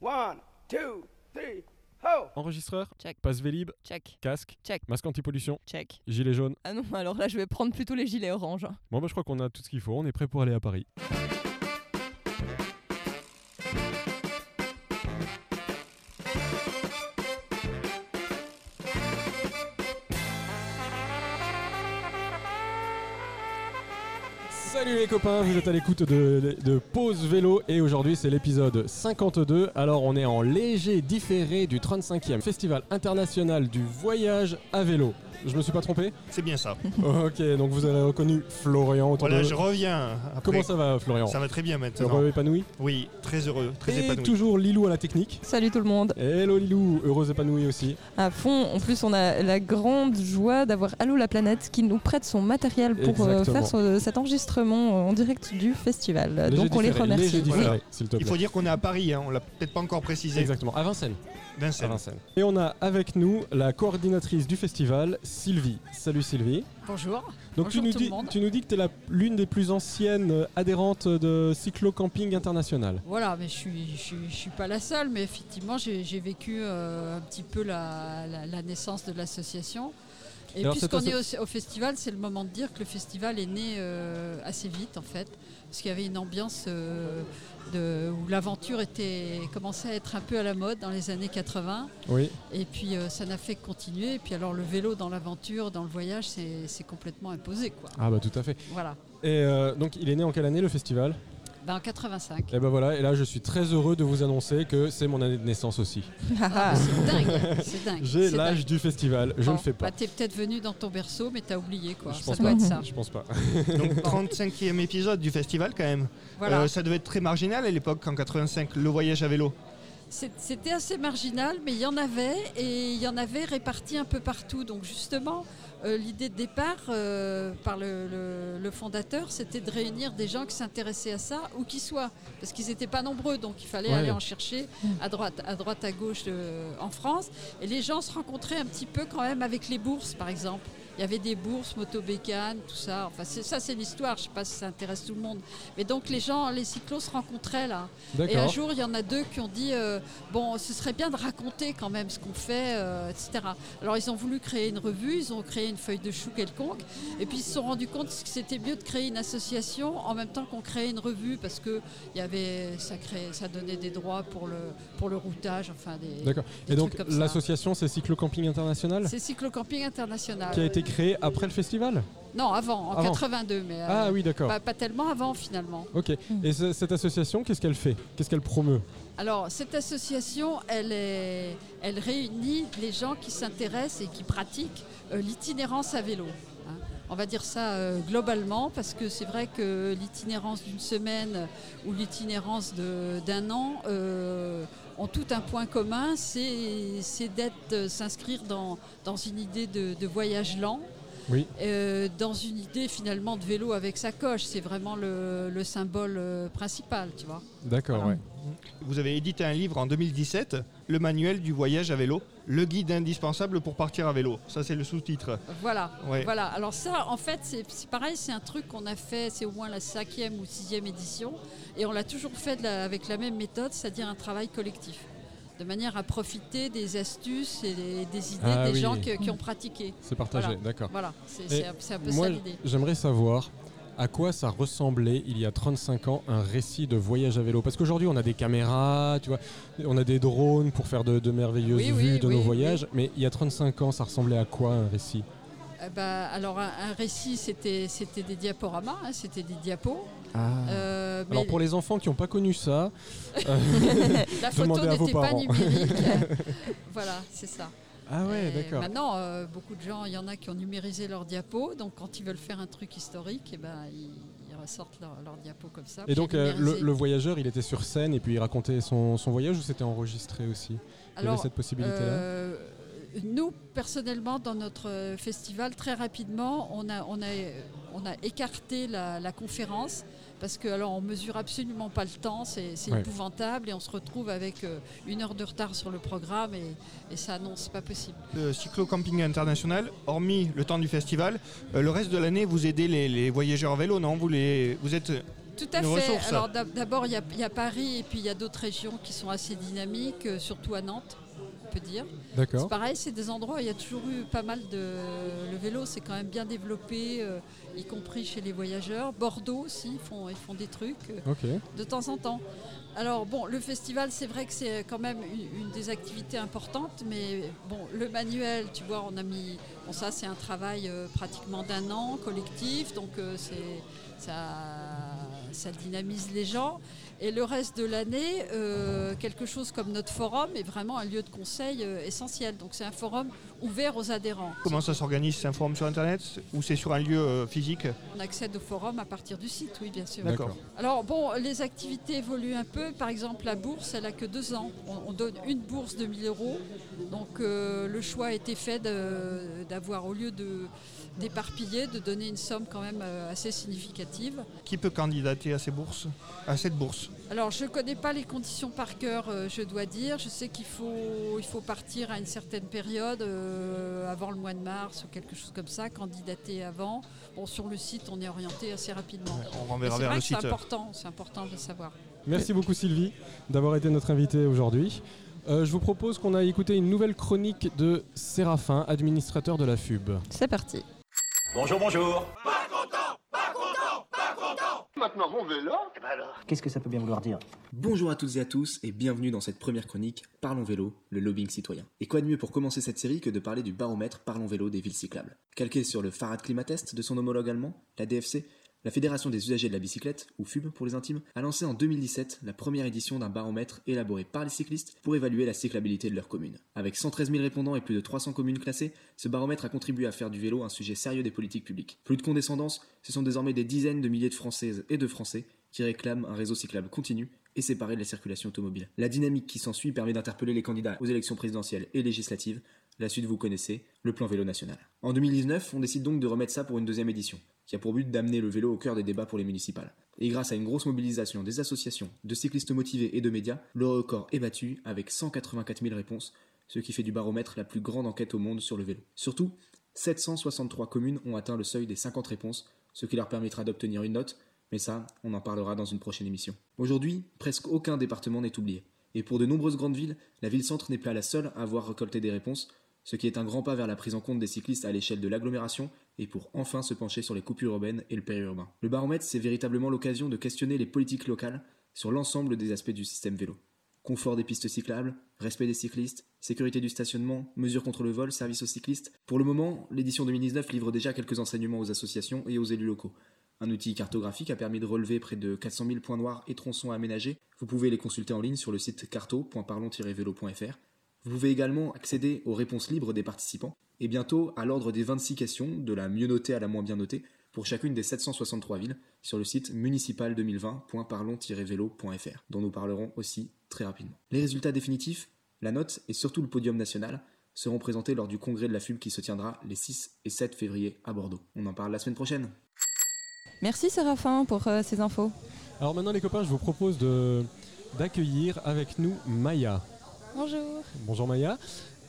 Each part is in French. One, two, three, ho Enregistreur, Check. passe Vélib, Check, casque, Check. masque anti-pollution, check. gilet jaune. Ah non, alors là, je vais prendre plutôt les gilets orange. hein. Bon, bah, je crois qu'on a tout ce qu'il faut, on est prêt pour aller à Paris. Salut les copains, vous êtes à l'écoute de, de Pause Vélo et aujourd'hui c'est l'épisode 52. Alors on est en léger différé du 35e Festival international du voyage à vélo. Je me suis pas trompé C'est bien ça. Ok, donc vous avez reconnu Florian autour Voilà, de- je reviens. Après. Comment ça va Florian Ça va très bien maintenant. Heureux épanoui Oui, très heureux, très Et épanoui. toujours Lilou à la technique. Salut tout le monde. Hello Lilou, heureux épanoui aussi. À fond, en plus, on a la grande joie d'avoir Allo la planète qui nous prête son matériel pour euh, Exactement. faire ce- cet enregistrement euh, en direct du festival. Euh, Donc on les différé, léger remercie. différé, Voilà. s'il te plaît. Il faut dire qu'on est à Paris, hein, on l'a peut-être pas encore précisé. Exactement, à Vincennes. à Vincent. Vincennes. Et on a avec nous la coordinatrice du festival, Sylvie. Salut Sylvie. Bonjour. Donc tu Bonjour nous tout dis le monde. tu nous dis que tu es l'une des plus anciennes euh, adhérentes de Cyclo Camping International. Voilà, mais je suis, je suis, je suis pas la seule, mais effectivement, j'ai j'ai vécu euh, un petit peu la, la- la naissance de l'association. Et Alors, puisqu'on cette est au, au festival, c'est le moment de dire que le festival est né euh, assez vite, en fait, parce qu'il y avait une ambiance euh, de, où l'aventure était commençait à être un peu à la mode dans les années 80. Oui. Et puis, euh, ça n'a fait que continuer. Et puis, alors, le vélo dans l'aventure, dans le voyage, c'est c'est complètement imposé, quoi. Ah bah tout à fait. Voilà. Et euh, donc il est né en quelle année le festival Ben, en 85. Et ben voilà, et là je suis très heureux de vous annoncer que c'est mon année de naissance aussi. Ah, ah. C'est dingue, c'est dingue. J'ai c'est dingue. l'âge du festival, je Bon, ne le fais pas. Bah, t'es peut-être venu dans ton berceau, mais t'as oublié quoi. Je ça pense doit pas. être ça. Je pense pas. Donc 35e épisode du festival quand même. Voilà. Euh, ça devait être très marginal à l'époque en 85, le voyage à vélo. C'est- C'était assez marginal, mais il y en avait et il y en avait répartis un peu partout. Donc justement, euh, l'idée de départ euh, par le, le- le fondateur, c'était de réunir des gens qui s'intéressaient à ça, où qu'ils soient, parce qu'ils n'étaient pas nombreux, donc il fallait Ouais. aller en chercher à droite, à droite, à gauche euh, en France. Et les gens se rencontraient un petit peu quand même avec les bourses, par exemple. Il y avait des bourses, motobécanes, tout ça. Enfin, c'est- ça, c'est l'histoire. Je ne sais pas si ça intéresse tout le monde. Mais donc, les gens, les cyclos se rencontraient là. Et un D'accord. jour, il y en a deux qui ont dit euh, Bon, ce serait bien de raconter quand même ce qu'on fait, euh, etc. Alors, ils ont voulu créer une revue, ils ont créé une feuille de chou quelconque, et puis ils se sont rendus compte que c'était mieux de créer une association en même temps qu'on créait une revue, parce que il y avait, ça, créait, ça donnait des droits pour le, pour le routage, enfin des. D'accord. des Et donc trucs comme ça. l'association c'est Cyclo Camping International C'est Cyclocamping International. qui a été créée après le festival Non, avant, en Avant. 82, mais. euh, Ah oui, d'accord. pas- pas tellement avant finalement. Ok. Et ce- cette association, qu'est-ce qu'elle fait Qu'est-ce qu'elle promeut Alors, cette association, elle, est- elle réunit les gens qui s'intéressent et qui pratiquent euh, l'itinérance à vélo. hein. On va dire ça euh, globalement, parce que c'est vrai que l'itinérance d'une semaine ou l'itinérance de- d'un an euh, ont tout un point commun, c'est c'est d'être, euh, s'inscrire dans, dans une idée de, de voyage lent. Oui. Euh, dans une idée finalement de vélo avec sa coche, c'est vraiment le, le symbole euh, principal, tu vois. D'accord, Voilà. ouais. Vous avez édité un livre en 2017, le manuel du voyage à vélo, le guide indispensable pour partir à vélo. Ça c'est le sous-titre. Voilà. Ouais. Voilà, alors ça, en fait, c'est c'est pareil, c'est un truc qu'on a fait, c'est au moins la cinquième ou sixième édition, et on l'a toujours fait de la- avec la même méthode, c'est-à-dire un travail collectif, de manière à profiter des astuces et des, des idées Ah des oui. gens que- qui ont pratiqué. C'est partagé, Voilà. d'accord. Voilà, c'est Et c'est un, c'est un peu Moi, ça l'idée. j'aimerais savoir à quoi ça ressemblait il y a 35 ans un récit de voyage à vélo. Parce qu'aujourd'hui, on a des caméras, tu vois, on a des drones pour faire de, de merveilleuses Oui, oui, vues de oui, nos oui. voyages. Mais il y a 35 ans, ça ressemblait à quoi un récit Euh, bah, alors, un, un récit, c'était c'était des diaporamas, hein, c'était des diapos. Euh, mais Ah. Alors pour les enfants qui n'ont pas connu ça, la photo demandez à vos n'était pas parents. numérique. voilà, c'est ça. ah ouais, Et d'accord. Maintenant, euh, beaucoup de gens, il y en a qui ont numérisé leurs diapos, donc quand ils veulent faire un truc historique, eh ben, ils, ils ressortent leurs leurs diapos comme ça. Et puis donc ils euh, le, numérisés. le voyageur, il était sur scène et puis il racontait son, son voyage ou c'était enregistré aussi Il y avait Alors, cette possibilité-là euh, nous, personnellement, dans notre euh, festival, très rapidement, on a, on a, on a écarté la, la conférence parce que alors on mesure absolument pas le temps, c'est c'est Ouais. épouvantable et on se retrouve avec euh, une heure de retard sur le programme et, et ça annonce pas possible. Le Euh, cyclo-camping international, hormis le temps du festival, euh, le reste de l'année, vous aidez les, les voyageurs à vélo, non vous, les, vous êtes Tout à une fait. ressource. Alors d'ab- d'abord, il y a- il y, a Paris et puis il y a d'autres régions qui sont assez dynamiques, euh, surtout à Nantes, on peut dire. C'est D'accord. pareil, c'est des endroits où il y a toujours eu pas mal de. Le vélo, c'est quand même bien développé, euh, y compris chez les voyageurs. Bordeaux aussi, ils font, ils font des trucs euh, Ok. de temps en temps. Alors bon, le festival, c'est vrai que c'est quand même une, une des activités importantes, mais bon, le manuel, tu vois, on a mis. Bon, ça, c'est un travail euh, pratiquement d'un an collectif, donc euh, c'est ça, ça dynamise les gens. Et le reste de l'année, euh, quelque chose comme notre forum est vraiment un lieu de conseil euh, essentiel. Donc c'est un forum ouvert aux adhérents. Comment ça s'organise C'est un forum sur Internet ou c'est sur un lieu euh, physique On accède au forum à partir du site, oui, bien sûr. D'accord. Alors bon, les activités évoluent un peu. Par exemple, la bourse, elle a que deux ans. On, on donne une bourse de 1000 euros. Donc euh, le choix a été fait de- d'avoir, au lieu de d'éparpiller, de donner une somme quand même euh, assez significative. Qui peut candidater à ces bourses À cette bourse Alors, je ne connais pas les conditions par cœur, euh, je dois dire. Je sais qu'il faut, il faut partir à une certaine période, euh, avant le mois de mars ou quelque chose comme ça, candidater avant. Bon, sur le site, on est orienté assez rapidement. On Mais renverra C'est vers vrai le que c'est site. euh. important, c'est important de le savoir. Merci beaucoup Sylvie d'avoir été notre invitée aujourd'hui. Euh, je vous propose qu'on aille écouter une nouvelle chronique de Séraphin, administrateur de la FUB. C'est parti. Bonjour, bonjour. Qu'est-ce que ça peut bien vouloir dire Bonjour à toutes et à tous et bienvenue dans cette première chronique Parlons Vélo, le lobbying citoyen. Et quoi de mieux pour commencer cette série que de parler du baromètre Parlons Vélo des villes cyclables Calqué sur le Farad Klimatest de son homologue allemand, la DFC, la Fédération des usagers de la bicyclette, ou FUB pour les intimes, a lancé en 2017 la première édition d'un baromètre élaboré par les cyclistes pour évaluer la cyclabilité de leur commune. Avec 113 000 répondants et plus de 300 communes classées, ce baromètre a contribué à faire du vélo un sujet sérieux des politiques publiques. Plus de condescendance, ce sont désormais des dizaines de milliers de Françaises et de Français qui réclament un réseau cyclable continu et séparé de la circulation automobile. La dynamique qui s'ensuit permet d'interpeller les candidats aux élections présidentielles et législatives. La suite, vous connaissez, le plan vélo national. En 2019, on décide donc de remettre ça pour une deuxième édition, qui a pour but d'amener le vélo au cœur des débats pour les municipales. Et grâce à une grosse mobilisation des associations, de cyclistes motivés et de médias, le record est battu avec 184 000 réponses, ce qui fait du baromètre la plus grande enquête au monde sur le vélo. Surtout, 763 communes ont atteint le seuil des 50 réponses, ce qui leur permettra d'obtenir une note, mais ça, on en parlera dans une prochaine émission. Aujourd'hui, presque aucun département n'est oublié. Et pour de nombreuses grandes villes, la ville-centre n'est pas la seule à avoir récolté des réponses, ce qui est un grand pas vers la prise en compte des cyclistes à l'échelle de l'agglomération et pour enfin se pencher sur les coupures urbaines et le périurbain. Le baromètre, c'est véritablement l'occasion de questionner les politiques locales sur l'ensemble des aspects du système vélo. Confort des pistes cyclables, respect des cyclistes, sécurité du stationnement, mesures contre le vol, services aux cyclistes. Pour le moment, l'édition 2019 livre déjà quelques enseignements aux associations et aux élus locaux. Un outil cartographique a permis de relever près de 400 000 points noirs et tronçons à aménager. Vous pouvez les consulter en ligne sur le site carto.parlons-vélo.fr. Vous pouvez également accéder aux réponses libres des participants et bientôt à l'ordre des 26 questions, de la mieux notée à la moins bien notée, pour chacune des 763 villes sur le site municipal2020.parlons-vélo.fr, dont nous parlerons aussi très rapidement. Les résultats définitifs, la note et surtout le podium national seront présentés lors du congrès de la FUB qui se tiendra les 6 et 7 février à Bordeaux. On en parle la semaine prochaine. Merci Séraphin pour euh, ces infos. Alors maintenant les copains, je vous propose de d'accueillir avec nous Maya. Bonjour. Bonjour Maya.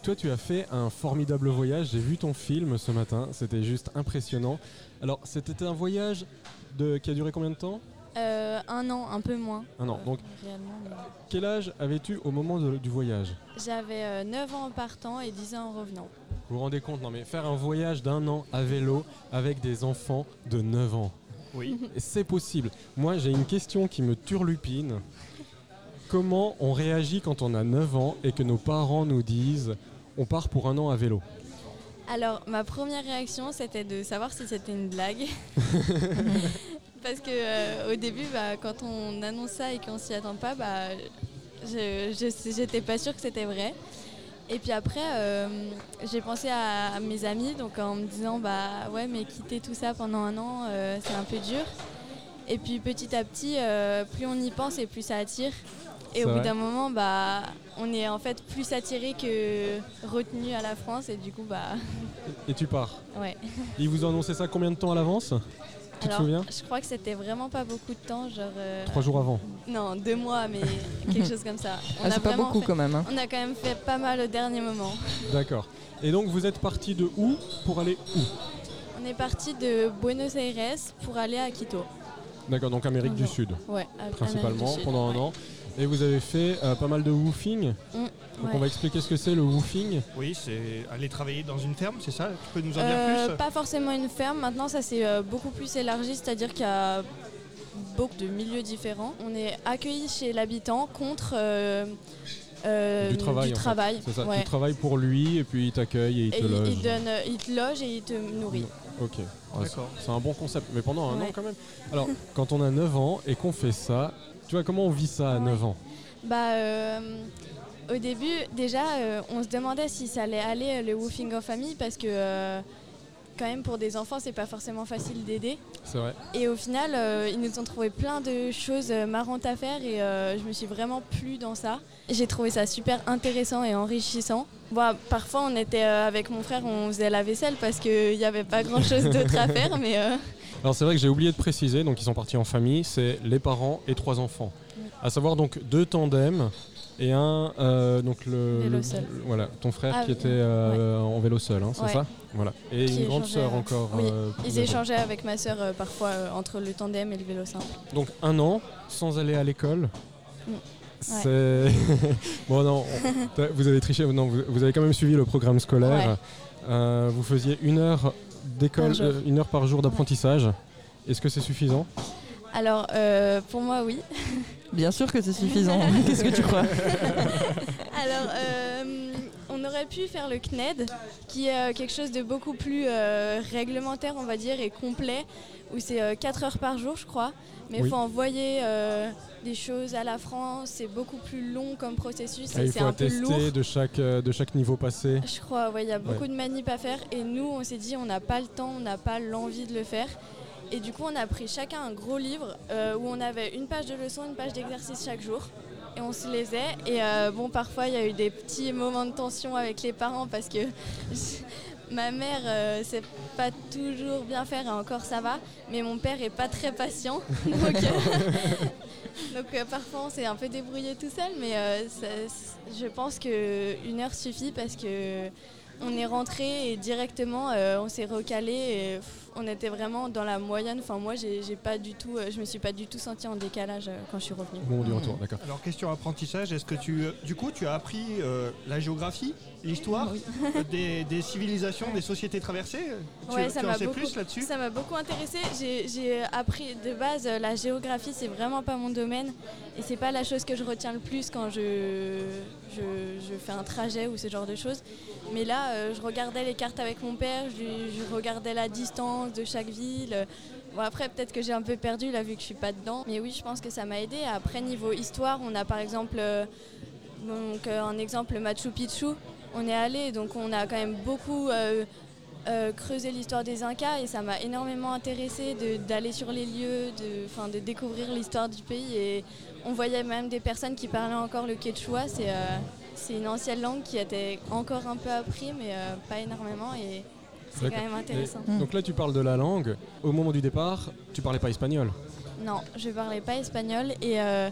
Toi, tu as fait un formidable voyage. J'ai vu ton film ce matin. C'était juste impressionnant. Alors, c'était un voyage de... qui a duré combien de temps Euh, un an, un peu moins. Un an. euh, Donc, réellement, mais- quel âge avais-tu au moment de- du voyage J'avais euh, 9 ans en partant et 10 ans en revenant. Vous vous rendez compte Non, mais faire un voyage d'un an à vélo avec des enfants de 9 ans, Oui. c'est possible. Moi, j'ai une question qui me turlupine. Comment on réagit quand on a 9 ans et que nos parents nous disent on part pour un an à vélo Alors, ma première réaction, c'était de savoir si c'était une blague. Parce que euh, au début, bah, quand on annonce ça et qu'on s'y attend pas, bah, je je- j'étais pas sûre que c'était vrai. Et puis après, euh, j'ai pensé à, à mes amis, donc en me disant bah ouais, mais quitter tout ça pendant un an, euh, c'est un peu dur. Et puis petit à petit, euh, plus on y pense et plus ça attire. C'est Et au vrai. bout d'un moment, bah, on est en fait plus attiré que euh, retenu à la France. Et du coup, bah, Et tu pars. ouais. Ils vous ont annoncé ça combien de temps à l'avance Tu te Alors, souviens Je crois que c'était vraiment pas beaucoup de temps, genre. euh, Trois jours avant. Non, deux mois, mais quelque chose comme ça. On Ah, c'est pas vraiment beaucoup fait- quand même. hein. On a quand même fait pas mal au dernier moment. D'accord. Et donc vous êtes parti de où pour aller où On est parti de Buenos Aires pour aller à Quito. D'accord, donc Amérique du Non. Sud, Ouais, à- Amérique du principalement, Sud, pendant un ouais. Mm, an. Et vous avez fait euh, pas mal de woofing. Donc Ouais. on va expliquer ce que c'est le woofing. Oui, c'est aller travailler dans une ferme, c'est ça Tu peux nous en dire Euh, plus Pas forcément une ferme. Maintenant, ça s'est euh, beaucoup plus élargi, c'est-à-dire qu'il y a beaucoup de milieux différents. On est accueilli chez l'habitant contre euh, euh, Du travail, en fait. travail. C'est ça, Ouais. tu travailles pour lui et puis il t'accueille et il Et te il, loge. il donne, euh, il te loge et il te nourrit. Ok, Ouais, c'est- D'accord. c'est un bon concept, mais pendant un an Ouais. quand même. Alors, quand on a 9 ans et qu'on fait ça, tu vois, comment on vit ça à Ouais. 9 ans Bah, euh, au début, déjà, euh, on se demandait si ça allait aller euh, le woofing en famille parce que, euh, quand même, pour des enfants, c'est pas forcément facile d'aider. C'est vrai. Et au final, euh, ils nous ont trouvé plein de choses euh, marrantes à faire et euh, je me suis vraiment plu dans ça. J'ai trouvé ça super intéressant et enrichissant. Bon, parfois, on était euh, avec mon frère, on faisait la vaisselle parce qu'il n'y avait pas grand-chose d'autre à faire, mais euh, Alors c'est vrai que j'ai oublié de préciser, donc ils sont partis en famille, c'est les parents et trois enfants. À savoir donc deux tandems et un euh, donc le, Vélo le- seul. voilà ton frère Ah, qui était euh, en vélo seul, hein, c'est Ouais. ça Voilà et Qui une grande échangeait, sœur euh, encore. oui, euh, plus ils âgée. échangeaient avec ma sœur euh, parfois euh, entre le tandem et le vélo simple. Donc un an sans aller à l'école. Mm. C'est bon non, on- t'as- vous avez triché, non vous, vous avez quand même suivi le programme scolaire. Ouais. Euh, vous faisiez une heure d'école, Par jour. euh, une heure par jour d'apprentissage. Est-ce que c'est suffisant Alors, euh, pour moi, oui. Bien sûr que c'est suffisant. Qu'est-ce que tu crois Alors, euh, on aurait pu faire le CNED, qui est euh, quelque chose de beaucoup plus euh, réglementaire, on va dire, et complet, où c'est 4 heures par jour, je crois. Mais il Oui. faut envoyer euh, des choses à la France, c'est beaucoup plus long comme processus, Ah, et Il c'est faut un peu attester lourd. de chaque, euh, de chaque niveau passé. Je crois, ouais, il y a beaucoup de manips à faire, et nous, on s'est dit, on n'a pas le temps, on n'a pas l'envie de le faire. Et du coup, on a pris chacun un gros livre euh, où on avait une page de leçon, une page d'exercice chaque jour. Et on se lésait. Et euh, bon, parfois, il y a eu des petits moments de tension avec les parents parce que ma mère euh, sait pas toujours bien faire, et encore ça va. Mais mon père est pas très patient. Donc, euh, donc, euh, parfois, on s'est un peu débrouillé tout seul. Mais euh, ça- c- je pense qu'une heure suffit parce que. On est rentré et directement euh, on s'est recalé. Et, pff, on était vraiment dans la moyenne. Enfin moi j'ai j'ai pas du tout, euh, je me suis pas du tout sentie en décalage euh, quand je suis revenue. Bon, on y retourne, d'accord. Alors, question apprentissage, est-ce que tu, euh, du coup, tu as appris euh, la géographie, l'histoire euh, des, des civilisations, des sociétés traversées Tu, Ouais, ça tu en m'a sais beaucoup- plus là-dessus Ça m'a beaucoup intéressée. J'ai- J'ai appris de base euh, la géographie, c'est vraiment pas mon domaine et c'est pas la chose que je retiens le plus quand je, je, je fais un trajet ou ce genre de choses. Mais là, euh, je regardais les cartes avec mon père, je, lui- je regardais la distance de chaque ville. Bon, après, peut-être que j'ai un peu perdu là vu que je suis pas dedans. Mais oui, je pense que ça m'a aidé. Après, niveau histoire, on a par exemple euh, donc, euh, un exemple Machu Picchu. On est allé, donc on a quand même beaucoup. euh, euh, creuser l'histoire des Incas et ça m'a énormément intéressé d'aller sur les lieux, de, 'fin, de découvrir l'histoire du pays. Et on voyait même des personnes qui parlaient encore le quechua. C'est euh, c'est une ancienne langue qui était encore un peu apprise, mais euh, pas énormément. Et c'est quand D'accord. même intéressant. Et- donc là, tu parles de la langue. Au moment du départ, tu parlais pas espagnol. Non, je parlais pas espagnol. Et euh,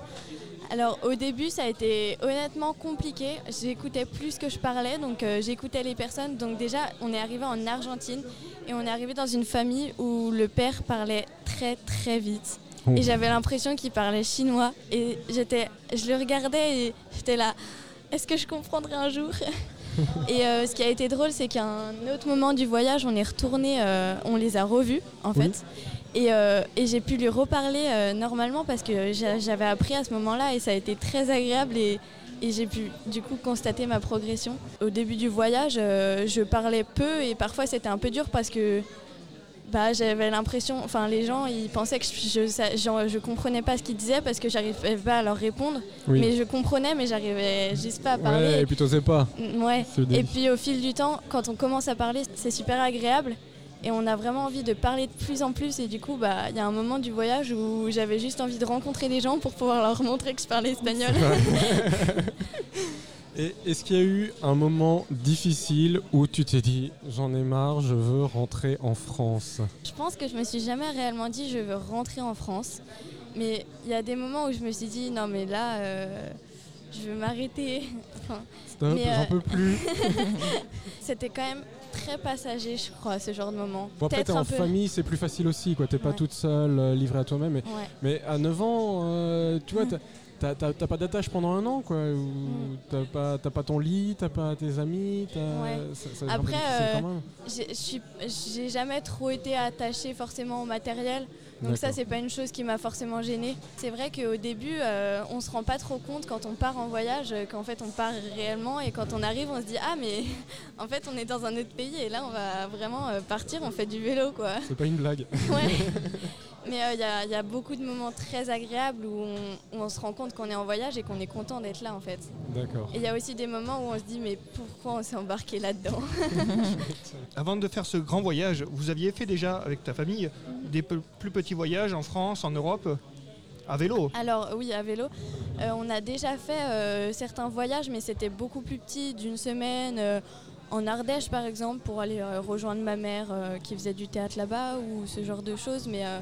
alors au début, ça a été honnêtement compliqué. J'écoutais plus que je parlais, donc euh, j'écoutais les personnes. Donc déjà, on est arrivé en Argentine et on est arrivé dans une famille où le père parlait très très vite. Oh. Et j'avais l'impression qu'il parlait chinois. Et j'étais, je le regardais et j'étais là. Est-ce que je comprendrai un jour Et euh, ce qui a été drôle, c'est qu'à un autre moment du voyage, on est retourné, euh, on les a revus en Oui. fait. Et, euh, et j'ai pu lui reparler euh, normalement parce que j'a- j'avais appris à ce moment-là et ça a été très agréable et, et j'ai pu du coup constater ma progression. Au début du voyage, euh, je parlais peu et parfois c'était un peu dur parce que bah, j'avais l'impression, enfin les gens ils pensaient que je, je, sa- genre, je comprenais pas ce qu'ils disaient parce que j'arrivais pas à leur répondre. Oui. Mais je comprenais mais j'arrivais juste pas à parler. Ouais, et puis t'osais pas. Mm, Ouais. C'est le Et début. puis au fil du temps, quand on commence à parler, c'est super agréable et on a vraiment envie de parler de plus en plus. Et du coup, bah, il y a un moment du voyage où j'avais juste envie de rencontrer des gens pour pouvoir leur montrer que je parlais espagnol. Et est-ce qu'il y a eu un moment difficile où tu t'es dit j'en ai marre, je veux rentrer en France Je pense que je me suis jamais réellement dit je veux rentrer en France, mais il y a des moments où je me suis dit non mais là, euh, je veux m'arrêter. Enfin, Stop, Mais, euh, j'en peux plus. C'était quand même très passager, je crois, ce genre de moment. Bon, après, t'es en famille, c'est plus facile aussi, quoi. T'es pas Ouais. toute seule, euh, livrée à toi-même. Mais, Ouais. mais à 9 ans, euh, tu vois, t'as- t'as- t'as t'as pas d'attache pendant un an, quoi. ou Mm. T'as pas, t'as pas ton lit, t'as pas tes amis. t'as- Ouais. ça- ça devient un peu Après, difficile euh, quand même. J'ai- je suis- J'ai jamais trop été attachée forcément au matériel, donc ça D'accord. c'est pas une chose qui m'a forcément gênée. C'est vrai qu'au début, euh, on se rend pas trop compte quand on part en voyage, euh, qu'en fait on part réellement et quand on arrive, on se dit ah mais en fait on est dans un autre pays et là on va vraiment euh, partir, on fait du vélo quoi. C'est pas une blague. Ouais. Mais euh, il y, a- y a beaucoup de moments très agréables où on, où on se rend compte qu'on est en voyage et qu'on est content d'être là en fait. D'accord. Et il y a aussi des moments où on se dit mais pourquoi on s'est embarqué là-dedans Avant de faire ce grand voyage, vous aviez fait déjà avec ta famille des pe- plus petits voyages en France, en Europe, à vélo. Alors oui, à vélo, Euh, on a déjà fait euh, certains voyages, mais c'était beaucoup plus petit, d'une semaine euh, en Ardèche par exemple, pour aller euh, rejoindre ma mère euh, qui faisait du théâtre là-bas ou ce genre de choses, mais euh,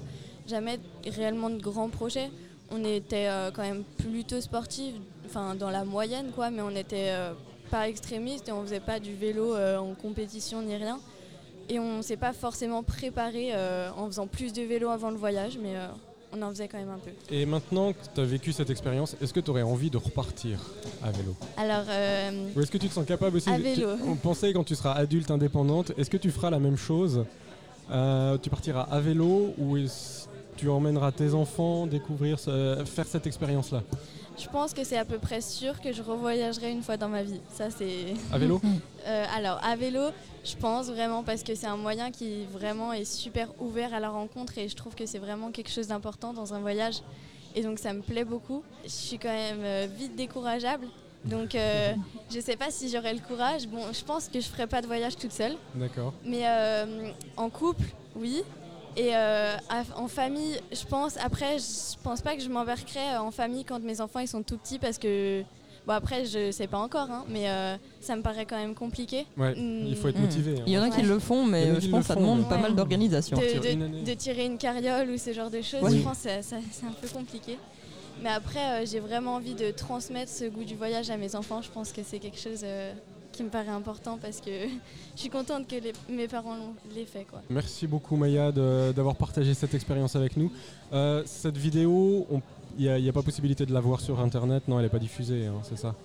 jamais réellement de grands projets. On était euh, quand même plutôt sportifs, enfin dans la moyenne quoi, mais on n'était euh, pas extrémistes et on faisait pas du vélo euh, en compétition ni rien. Et on s'est pas forcément préparé euh, en faisant plus de vélo avant le voyage, mais euh, on en faisait quand même un peu. Et maintenant que t'as vécu cette expérience, est-ce que t'aurais envie de repartir à vélo Alors, euh, Ou est-ce que tu te sens capable aussi À tu- vélo. on pensait quand tu seras adulte indépendante, est-ce que tu feras la même chose Euh, Tu partiras à vélo ou est-ce- tu emmèneras tes enfants découvrir, ce- faire cette expérience-là je pense que c'est à peu près sûr que je revoyagerai une fois dans ma vie. Ça, c'est. à vélo Euh, alors, à vélo, je pense vraiment parce que c'est un moyen qui vraiment est super ouvert à la rencontre et je trouve que c'est vraiment quelque chose d'important dans un voyage. Et donc, ça me plaît beaucoup. Je suis quand même euh, vite décourageable. Donc, euh, je sais pas si j'aurai le courage. Bon, je pense que je ferai pas de voyage toute seule. D'accord. Mais euh, en couple, oui. Et euh, à- en famille, je pense. Après, je pense pas que je m'embarquerai euh, en famille quand mes enfants ils sont tout petits parce que. Bon, après, je sais pas encore, hein, mais euh, ça me paraît quand même compliqué. Ouais, Hmm. il faut être Mm. motivé. hein. Il y en a qui Ouais. le font, Il y mais en a euh, qui je le pense que ça font, demande mais- pas mal d'organisation. De, Partir de- une année. de tirer une carriole ou ce genre de choses, Oui. je pense que ça- ça- c'est un peu compliqué. Mais après, euh, j'ai vraiment envie de transmettre ce goût du voyage à mes enfants. Je pense que c'est quelque chose euh, qui me paraît important parce que je suis contente que les- mes parents l'ont- l'aient fait. Quoi. Merci beaucoup Maya de- d'avoir partagé cette expérience avec nous. Euh, cette vidéo, on- il n'y a, pas possibilité de la voir sur Internet. Non, elle n'est pas diffusée, hein, c'est ça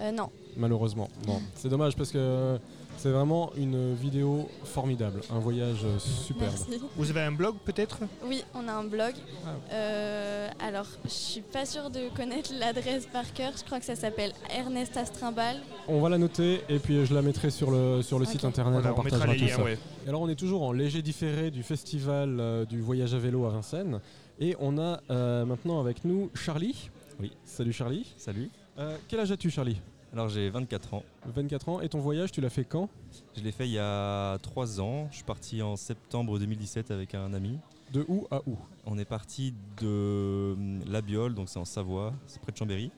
Euh, non, Malheureusement. Mm. Bon, c'est dommage parce que c'est vraiment une vidéo formidable, un voyage euh, superbe. merci. Vous avez un blog peut-être Oui, on a un blog. Ah. Euh, alors, je suis pas sûre de connaître l'adresse par cœur. Je crois que ça s'appelle Ernest Astrimbal. On va la noter et puis je la mettrai sur le, sur le site Ok. internet. Voilà, on On mettra partagera les tout ça. liens. ouais. Et Alors on est toujours en léger différé du festival euh, du voyage à vélo à Vincennes et on a euh, maintenant avec nous Charlie. Oui. Salut Charlie. Salut, Euh, quel âge as-tu Charlie alors j'ai 24 ans. 24 ans et ton voyage tu l'as fait quand Je l'ai fait il y a 3 ans. Je suis parti en septembre 2017 avec un ami. De où à où On est parti de hum, La Biole, donc c'est en Savoie, c'est près de Chambéry.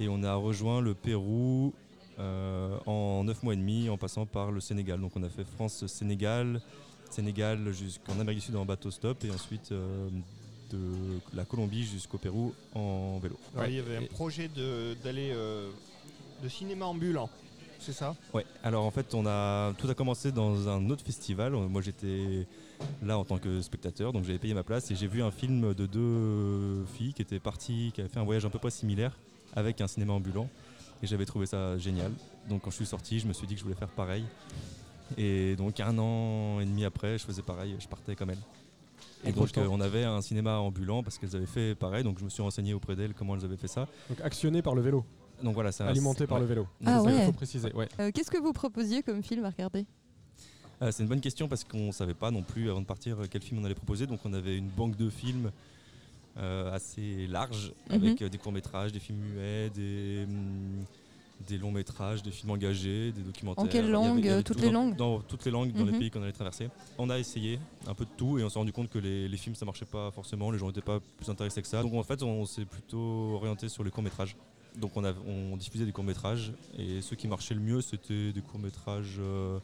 Et on a rejoint le Pérou euh, en 9 mois et demi en passant par le Sénégal. Donc on a fait France-Sénégal, Sénégal jusqu'en Amérique du Sud en bateau stop et ensuite euh, de la Colombie jusqu'au Pérou en vélo. Alors, Il y avait un Et- projet de- d'aller euh, de cinéma ambulant, c'est ça Ouais, alors en fait, on a tout a commencé dans un autre festival. Euh, Moi, j'étais là en tant que spectateur, donc j'avais payé ma place et j'ai vu un film de deux euh, filles qui étaient parties, qui avaient fait un voyage un peu pas similaire avec un cinéma ambulant et j'avais trouvé ça génial. Donc quand je suis sorti, je me suis dit que je voulais faire pareil. Et donc un an et demi après, je faisais pareil, je partais comme elles. Et Entre donc temps. euh, on avait un cinéma ambulant parce qu'elles avaient fait pareil, donc je me suis renseigné auprès d'elles comment elles avaient fait ça. Donc actionné par le vélo, Donc voilà, c'est un- alimenté par ouais. le vélo. Ah Donc, Ça, Il ouais. faut préciser. Ouais. Euh, Qu'est-ce que vous proposiez comme film à regarder Euh, c'est une bonne question parce qu'on ne savait pas non plus avant de partir euh, quel film on allait proposer. Donc on avait une banque de films euh, assez large Mhm. avec euh, des courts-métrages, des films muets, des, hum, des longs-métrages, des films engagés, des documentaires. quelle Il y avait- il y langue, avait euh, tout toutes dans- les langues Dans toutes les langues, dans les Mhm. pays qu'on allait traverser. On a essayé un peu de tout et on s'est rendu compte que les, les films ça marchait pas forcément, les gens n'étaient pas plus intéressés que ça. Donc en fait on s'est plutôt orienté sur les courts-métrages. Donc on, a, on diffusait des courts-métrages et ceux qui marchaient le mieux c'était des courts-métrages euh,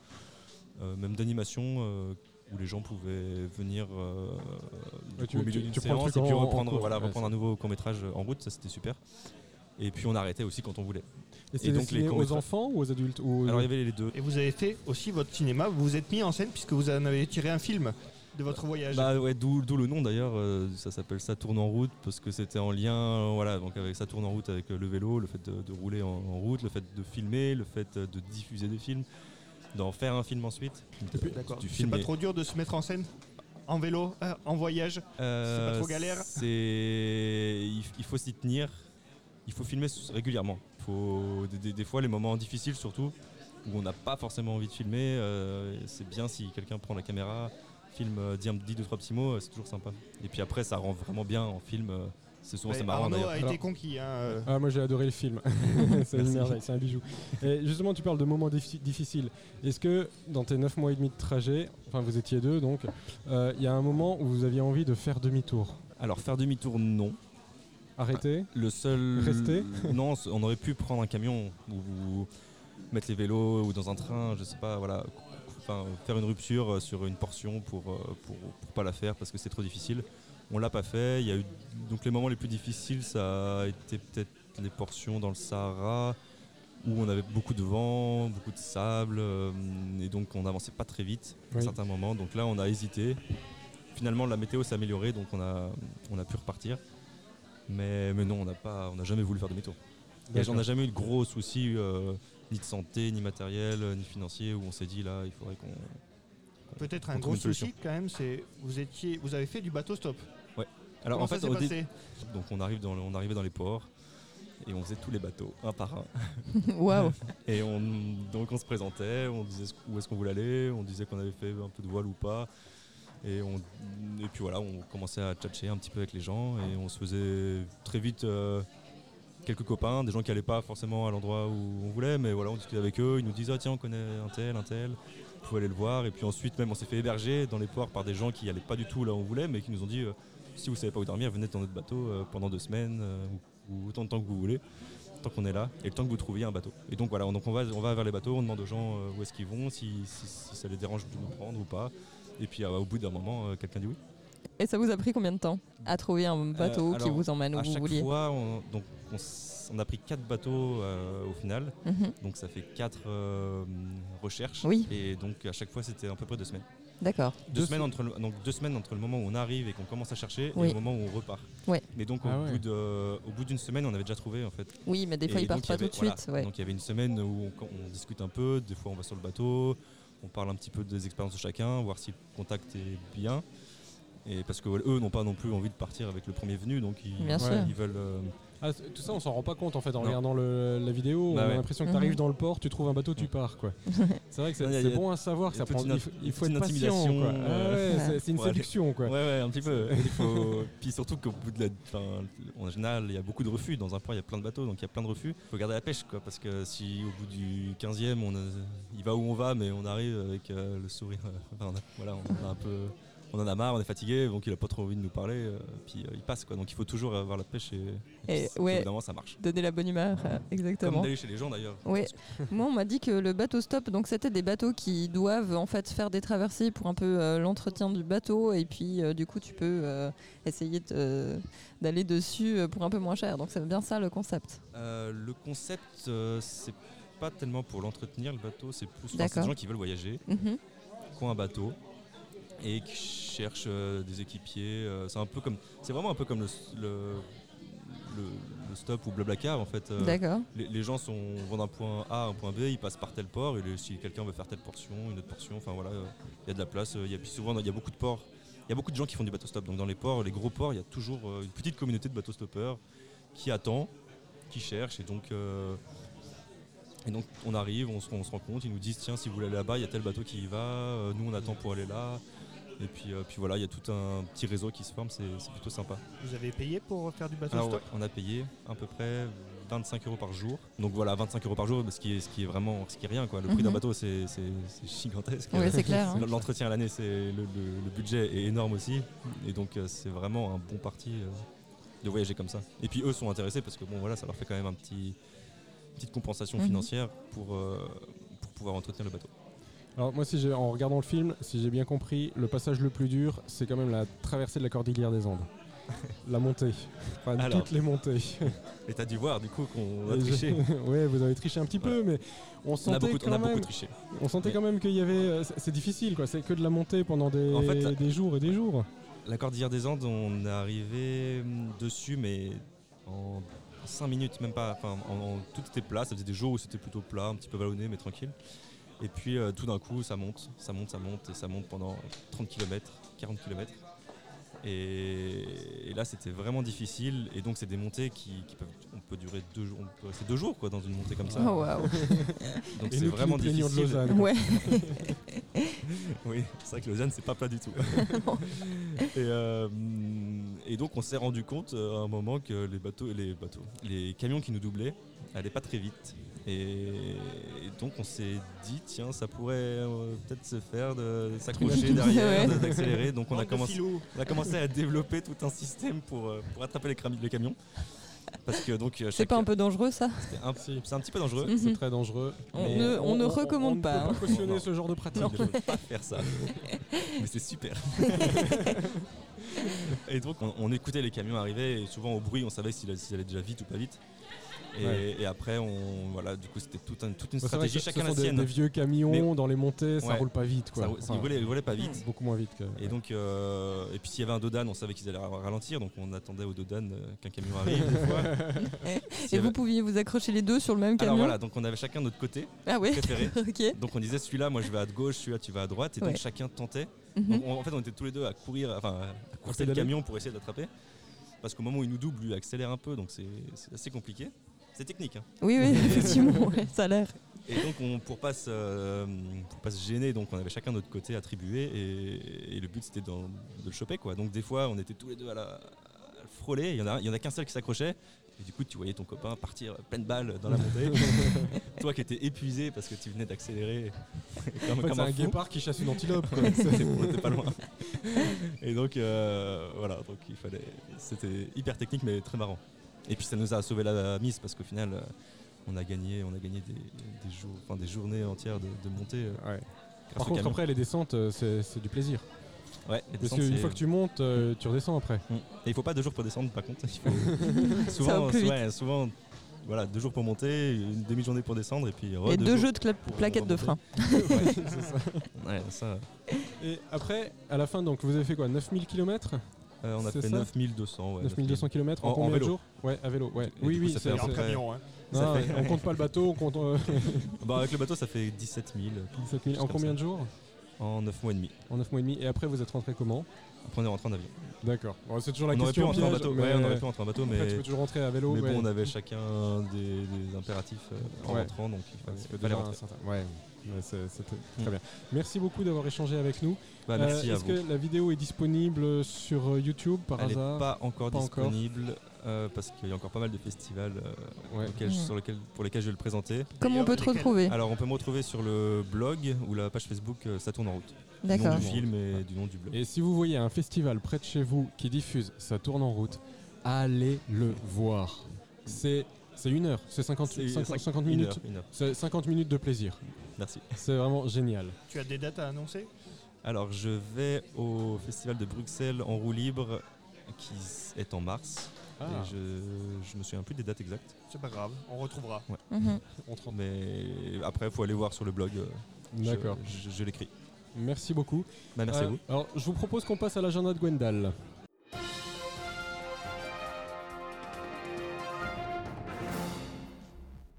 euh, même d'animation euh, où les gens pouvaient venir euh, Ouais, du tu- coup, au milieu tu- d'une tu prends le séance et truc puis en- en reprendre, cours. voilà, Ouais, reprendre un nouveau court métrage en route, ça c'était super. Et puis on arrêtait aussi quand on voulait. Et c'est donc, destiné les aux courts-métrages. enfants ou aux adultes ou aux- Alors il y avait les deux. Et vous avez fait aussi votre cinéma, vous vous êtes mis en scène puisque vous en avez tiré un film de votre voyage. Bah ouais, d'où d'où le nom d'ailleurs, euh, ça s'appelle ça tourne en route parce que c'était en lien, euh, voilà, donc avec ça tourne en route avec euh, le vélo, le fait de, de rouler en, en route, le fait de filmer, le fait euh, de diffuser des films, d'en faire un film ensuite. D'accord. du C'est film pas est- trop dur de se mettre en scène en vélo, euh, en voyage. Euh, C'est pas trop galère C'est il, il faut s'y tenir, il faut filmer s- régulièrement. Il faut des, des- des fois les moments difficiles surtout où on n'a pas forcément envie de filmer, euh, c'est bien si quelqu'un prend la caméra, filme, euh, dit, un- dit deux trois petits mots, euh, c'est toujours sympa. Et puis après ça rend vraiment bien en film. euh, C'est souvent Mais c'est marrant Arnaud d'ailleurs. a été Alors- conquis. hein, euh. Ah, moi j'ai adoré le film. c'est une Merci. merveille, c'est un bijou. Et justement, tu parles de moments diffi- difficiles. Est-ce que dans tes 9 mois et demi de trajet, enfin vous étiez deux donc, euh, il y a un moment où vous aviez envie de faire demi-tour Alors faire demi-tour non. Arrêter Le seul. Rester Non, c- on aurait pu prendre un camion ou, ou mettre les vélos ou dans un train, je sais pas, voilà. Enfin, faire une rupture euh, sur une portion pour, euh, pour, pour pas la faire parce que c'est trop difficile. On l'a pas fait. Il y a eu donc les moments les plus difficiles, ça a été peut-être les portions dans le Sahara où on avait beaucoup de vent, beaucoup de sable euh, et donc on n'avançait pas très vite à Oui. certains moments. Donc là, on a hésité. Finalement, la météo s'est améliorée, donc on a, on a pu repartir. Mais, mais non, on n'a pas, on n'a jamais voulu faire demi-tour. Et D'accord. j'en ai jamais eu de gros soucis, euh, ni de santé, ni matériel, euh, ni financier, où on s'est dit là, il faudrait qu'on. Peut-être on un trouve gros une solution. souci quand même, c'est vous étiez, vous avez fait du bateau stop. Alors Comment en fait, ça s'est au dé- passé donc on arrive dans, le- on arrivait dans les ports et on faisait tous les bateaux un par un. Waouh. Et on, donc on se présentait, on disait ce- où est-ce qu'on voulait aller, on disait qu'on avait fait un peu de voile ou pas. Et, on, et puis voilà, on commençait à tchatcher un petit peu avec les gens et on se faisait très vite euh, quelques copains, des gens qui n'allaient pas forcément à l'endroit où on voulait, mais voilà, on discutait avec eux, ils nous disaient Ah, tiens, on connaît un tel, un tel, vous pouvez aller le voir. Et puis ensuite, même, on s'est fait héberger dans les ports par des gens qui n'allaient pas du tout là où on voulait, mais qui nous ont dit euh, Si vous savez pas où dormir, venez dans notre bateau euh, pendant deux semaines euh, ou, ou autant de temps que vous voulez tant qu'on est là et le temps que vous trouviez un bateau. Et donc voilà, on- donc on va, on va vers les bateaux, on demande aux gens euh, où est-ce qu'ils vont, si, si- si ça les dérange de nous prendre ou pas. Et puis euh, au bout d'un moment, euh, quelqu'un dit oui. Et ça vous a pris combien de temps à trouver un bateau Euh, qui alors, vous emmène où à vous chaque vouliez fois, on, donc, on, s- on a pris quatre bateaux euh, au final, Mhm. donc ça fait quatre euh, recherches. Oui. Et donc à chaque fois, c'était à peu près deux semaines. D'accord. Deux, Deux semaines entre le, donc deux semaines entre le moment où on arrive et qu'on commence à chercher Oui. et le moment où on repart. Ouais. Mais donc Ah au ouais. bout de- au bout d'une semaine, on avait déjà trouvé en fait. Oui, mais des fois Et ils donc, partent il y pas tout avait- de voilà. suite. ouais. Donc il y avait une semaine où on, on discute un peu, des fois on va sur le bateau, on parle un petit peu des expériences de chacun, voir si le contact est bien. Et parce que ouais, eux n'ont pas non plus envie de partir avec le premier venu, donc ils, Bien sûr. ils veulent. euh, Ah, c'est- tout ça, on s'en rend pas compte en fait en Non. regardant le- la vidéo. Bah on a ouais. l'impression que tu arrives Mhm. dans le port, tu trouves un bateau, tu pars quoi. c'est vrai que Non, c'est il y a- c'est il y a- bon à savoir que il y ça a prend. toute Il une faut, in- il faut être toute une patient intimidation, quoi. Ah euh, Ouais, ouais, c'est- c'est une pour aller- séduction quoi. Ouais, ouais, un petit peu. Il faut- Puis surtout qu'au bout de la. enfin, En général, il y a beaucoup de refus. Dans un port, il y a plein de bateaux, donc il y a plein de refus. Il faut garder la pêche, quoi. Parce que si au bout du 15e, on a- il va où on va, mais on arrive avec euh, le sourire. euh, enfin, on a- voilà, on a un peu. On en a marre, on est fatigué, donc il a pas trop envie de nous parler, euh, puis euh, il passe quoi. Donc il faut toujours avoir la pêche et, Et puis, ouais. évidemment ça marche. Donner la bonne humeur, euh, Comme exactement. d'aller chez les gens d'ailleurs. Oui. Moi, on m'a dit que le bateau stop, donc c'était des bateaux qui doivent en fait faire des traversées pour un peu euh, l'entretien du bateau, et puis euh, du coup, tu peux euh, essayer de, euh, d'aller dessus euh, pour un peu moins cher. Donc c'est bien ça le concept. Euh, le concept, euh, c'est pas tellement pour l'entretenir le bateau, c'est plus enfin, c'est D'accord. des gens qui veulent voyager. Mhm. qui ont un bateau et qui cherchent euh, des équipiers. euh, c'est un peu comme, c'est vraiment un peu comme le, s- le, le- le stop ou Blablacar en fait. euh, D'accord. les, les gens sont, vont d'un point A à un point B, ils passent par tel port, et le- si quelqu'un veut faire telle portion, une autre portion, enfin voilà, euh, il y a de la place. euh, Il y a puis souvent, il y a beaucoup de ports. Il y a beaucoup de gens qui font du bateau stop. Donc dans les ports, les gros ports, il y a toujours euh, une petite communauté de bateau stoppeurs qui attend, qui cherche, et donc. euh, et donc on arrive, on se, on se rend compte, ils nous disent tiens si vous voulez aller là-bas, il y a tel bateau qui y va, euh, nous on attend pour aller là. Et puis, euh, puis voilà, il y a tout un petit réseau qui se forme, c'est c'est plutôt sympa. Vous avez payé pour faire du bateau Alors, stop Ah ouais, on a payé à peu près 25 euros par jour. Donc voilà, 25 euros par jour, ce qui est, ce qui est vraiment ce qui est rien. Quoi. Le prix Mhm. d'un bateau, c'est c'est- c'est gigantesque. Oui, c'est clair. hein. L- L'entretien à l'année, c'est le, le- le budget est énorme aussi. Et donc, euh, c'est vraiment un bon parti euh, de voyager comme ça. Et puis, eux sont intéressés parce que bon, voilà, ça leur fait quand même un petit petite compensation Mhm. financière pour, euh, pour pouvoir entretenir le bateau. Alors moi, si j'ai- en regardant le film, si j'ai bien compris, le passage le plus dur, c'est quand même la traversée de la cordillère des Andes. La montée, enfin Alors. toutes les montées. Et t'as dû voir du coup qu'on a Et je- triché. ouais, vous avez triché un petit peu, mais on On a sentait, beaucoup, on a quand, beaucoup même, triché. on sentait Ouais. quand même qu'il y avait. euh, c'est- C'est difficile, quoi. C'est que de la montée pendant des, En fait, la- des jours et des jours. La Cordillère des Andes, on est arrivé hum, dessus, mais en 5 minutes, même pas. Enfin, en- en- tout était plat. Ça faisait des jours où c'était plutôt plat, un petit peu vallonné, mais tranquille. Et puis euh, tout d'un coup, ça monte, ça monte, ça monte, et ça monte pendant 30 km, 40 km. Et, et là, c'était vraiment difficile. Et donc, c'est des montées qui, qui peuvent. On peut durer deux jours, on peut rester deux jours quoi, dans une montée comme ça. Oh, waouh. Donc, Et c'est nous qui vraiment nous plaignons de difficile. Lausanne. Ouais. Oui, c'est vrai que Lausanne, c'est pas plat du tout. et, euh, et donc, on s'est rendu compte euh, à un moment que les bateaux, les bateaux, les camions qui nous doublaient allaient pas très vite. Et, et donc, on s'est dit, tiens, ça pourrait euh, peut-être se faire de, de s'accrocher derrière, Ouais. de- d'accélérer. Donc, on a, Bande de commencé, filous. on a commencé à développer tout un système pour, euh, pour attraper les, cram- les camions. Parce que donc, euh, C'est chaque- pas un peu dangereux ça c'était un- Si. c'est un petit peu dangereux. Mhm. C'est très dangereux. On mais ne- on ne recommande ne pas, peut hein. cautionner Non. ce genre de pratique. Je ne veux pas faire ça. Mais c'est super. et donc, on, on écoutait les camions arriver et souvent au bruit, on savait s'il s'il allait déjà vite ou pas vite. Et, Ouais. et après, on, voilà, du coup, c'était toute, un- toute une C'est vrai que stratégie, ce- chacun ce la sont des- sienne. Des, vieux camions dans les montées, ça Ouais. roule pas vite, quoi. Ça, Enfin, ils volaient- ils volaient pas vite. beaucoup moins vite. Que... Et donc, euh, et puis s'il y avait un dodan, on savait qu'ils allaient ra- ralentir, donc on attendait au dodan euh, qu'un camion arrive. des fois. S'il y Et avait- vous pouviez vous accrocher les deux sur le même Alors camion voilà, donc on avait chacun notre côté Ah ouais préféré. Ok. Donc on disait celui-là, moi je vais à gauche, celui-là tu vas à droite, et Ouais. donc chacun tentait. Mhm. Donc, on- en fait, on était tous les deux à courir, enfin à courser le pédaler. camion pour essayer de l'attraper. Parce qu'au moment où il nous double, il accélère un peu, donc c'est c'est assez compliqué. C'est technique. hein. Oui, oui, effectivement, ouais, ça a l'air. Et donc, on, pour pas se, euh, pour pas se gêner, donc on avait chacun notre côté attribué, et, et le but c'était d'en- de le choper, quoi. Donc des fois, on était tous les deux à la à le frôler. Il y en a, il y en a qu'un seul qui s'accrochait. Et du coup, tu voyais ton copain partir pleine balle dans la montée. Toi qui étais épuisé parce que tu venais d'accélérer comme, En fait, comme c'est un un fou. guépard qui chasse une antilope. quoi. C'était- on était pas loin. Et donc euh, voilà, donc il fallait. C'était hyper technique mais très marrant. Et puis ça nous a sauvé la mise parce qu'au final euh, on a gagné, on a gagné des, des jours, enfin des journées entières de, de montée. euh, Ouais. grâce Par au contre, camion. après, les descentes, euh, c'est c'est du plaisir. ouais, les Parce descentes, qu'une c'est- fois que tu montes, euh, tu redescends après. Mm. Et il faut pas deux jours pour descendre par contre. Il faut- Ça souvent, va plus vite. ouais, souvent, voilà, deux jours pour monter, une demi-journée pour descendre et puis re- Et deux, jours jeux de cla- pour plaquettes de remonter. frein. Ouais, Ouais, ça. Et après, à la fin, donc, vous avez fait quoi 9000 km euh, on a C'est fait ça 9200. ouais, 9200 km en, En- en combien de vélo. jours Ouais, à vélo. Ouais. Et Oui, du coup, oui, ça c'est- fait Un après- c'est- camion, hein. non, Ça fait- On compte pas le bateau, on compte euh, Bah, avec le bateau, ça fait 17 000 17 000. En Juste comme combien ça. de jours en 9 mois et demi. En 9 mois et demi. Et après, vous êtes rentré comment Après, on est rentré en avion. D'accord. Bon, c'est toujours la on aurait pu question. rentrer en piège, bateau, mais- ouais, on aurait pu rentrer euh, en bateau, mais, Après, tu peux toujours rentrer à vélo. mais bon, ouais. on avait chacun des, des impératifs euh, en Ouais. rentrant, donc il Ouais, fallait, c'est fallait déjà un rentrer. certain- ouais, ouais, c'est- c'était Mm. très bien. Merci beaucoup d'avoir échangé avec nous. Bah, merci Euh, à Est-ce vous. que la vidéo est disponible sur euh, YouTube par Elle n'est hasard pas encore Pas encore. disponible euh, parce qu'il y a encore pas mal de festivals euh, Ouais. auxquels- Mm. sur lesquels, pour lesquels je vais le présenter. Comment on peut te retrouver Alors, on peut me retrouver sur le blog ou la page Facebook euh, Ça tourne en route. Du nom D'accord. du film et du nom du blog. Et si vous voyez un festival près de chez vous qui diffuse Ça tourne en route, allez le voir. C'est c'est une heure, c'est 50, C'est 50 50 une minutes. heure, une heure. C'est 50 minutes de plaisir. Merci. C'est vraiment génial. Tu as des dates à annoncer Alors, je vais au festival de Bruxelles en roue libre qui s- est en mars. Et je, je me souviens plus des dates exactes. C'est pas grave, on retrouvera. Mhm. Mais après, il faut aller voir sur le blog. euh, je- D'accord. Je, je l'écris. Merci beaucoup. Bah, merci à Euh, vous. Alors, je vous propose qu'on passe à l'agenda de Gwendal.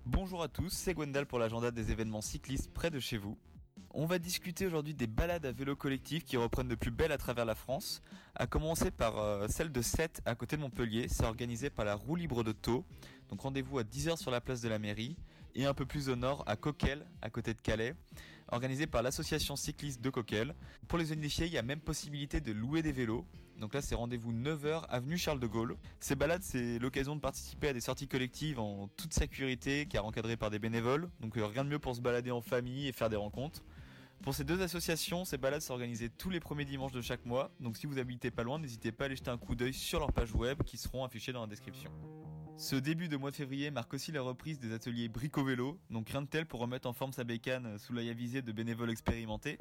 Bonjour à tous, c'est Gwendal pour l'agenda des événements cyclistes près de chez vous. On va discuter aujourd'hui des balades à vélo collectif qui reprennent de plus belle à travers la France, à commencer par euh, celle de Sète à côté de Montpellier, c'est organisé par la roue libre de Taux, donc rendez-vous à 10h sur la place de la mairie, et un peu plus au nord à Coquel, à côté de Calais, organisé par l'association cycliste de Coquel. Pour les initiés, il y a même possibilité de louer des vélos, donc là c'est rendez-vous 9h avenue Charles de Gaulle. Ces balades, c'est l'occasion de participer à des sorties collectives en toute sécurité, car encadrées par des bénévoles. Donc euh, rien de mieux pour se balader en famille et faire des rencontres. Pour ces deux associations, ces balades sont organisées tous les premiers dimanches de chaque mois. Donc si vous habitez pas loin, n'hésitez pas à aller jeter un coup d'œil sur leur page web qui seront affichées dans la description. Ce début de mois de février marque aussi la reprise des ateliers Brico-Vélo, donc rien de tel pour remettre en forme sa bécane sous l'œil avisé de bénévoles expérimentés.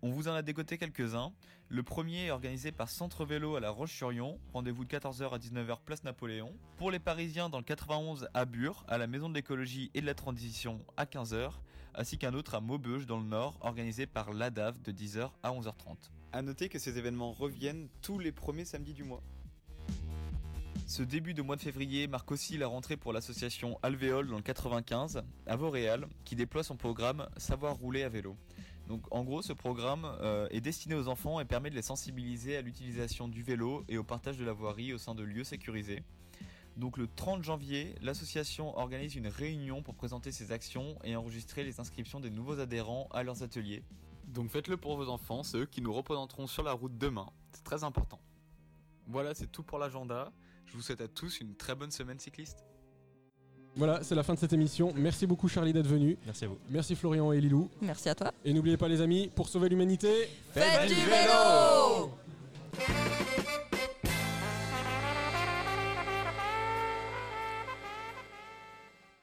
On vous en a décoté quelques-uns. Le premier est organisé par Centre Vélo à La Roche-sur-Yon, rendez-vous de 14h à 19h place Napoléon. Pour les Parisiens, dans le 91 à Bure, à la Maison de l'écologie et de la transition à 15h, ainsi qu'un autre à Maubeuge dans le Nord, organisé par l'ADAV de 10h à 11h30. A noter que ces événements reviennent tous les premiers samedis du mois. Ce début de mois de février marque aussi la rentrée pour l'association Alvéole dans le 95 à Vauréal qui déploie son programme Savoir rouler à vélo. Donc en gros ce programme euh, est destiné aux enfants et permet de les sensibiliser à l'utilisation du vélo et au partage de la voirie au sein de lieux sécurisés. Donc le 30 janvier, l'association organise une réunion pour présenter ses actions et enregistrer les inscriptions des nouveaux adhérents à leurs ateliers. Donc faites-le pour vos enfants, c'est eux qui nous représenteront sur la route demain. C'est très important. Voilà, c'est tout pour l'agenda. Je vous souhaite à tous une très bonne semaine cycliste. Voilà, c'est la fin de cette émission. Merci beaucoup Charlie d'être venu. Merci à vous. Merci Florian et Lilou. Merci à toi. Et n'oubliez pas les amis, pour sauver l'humanité, Faites du vélo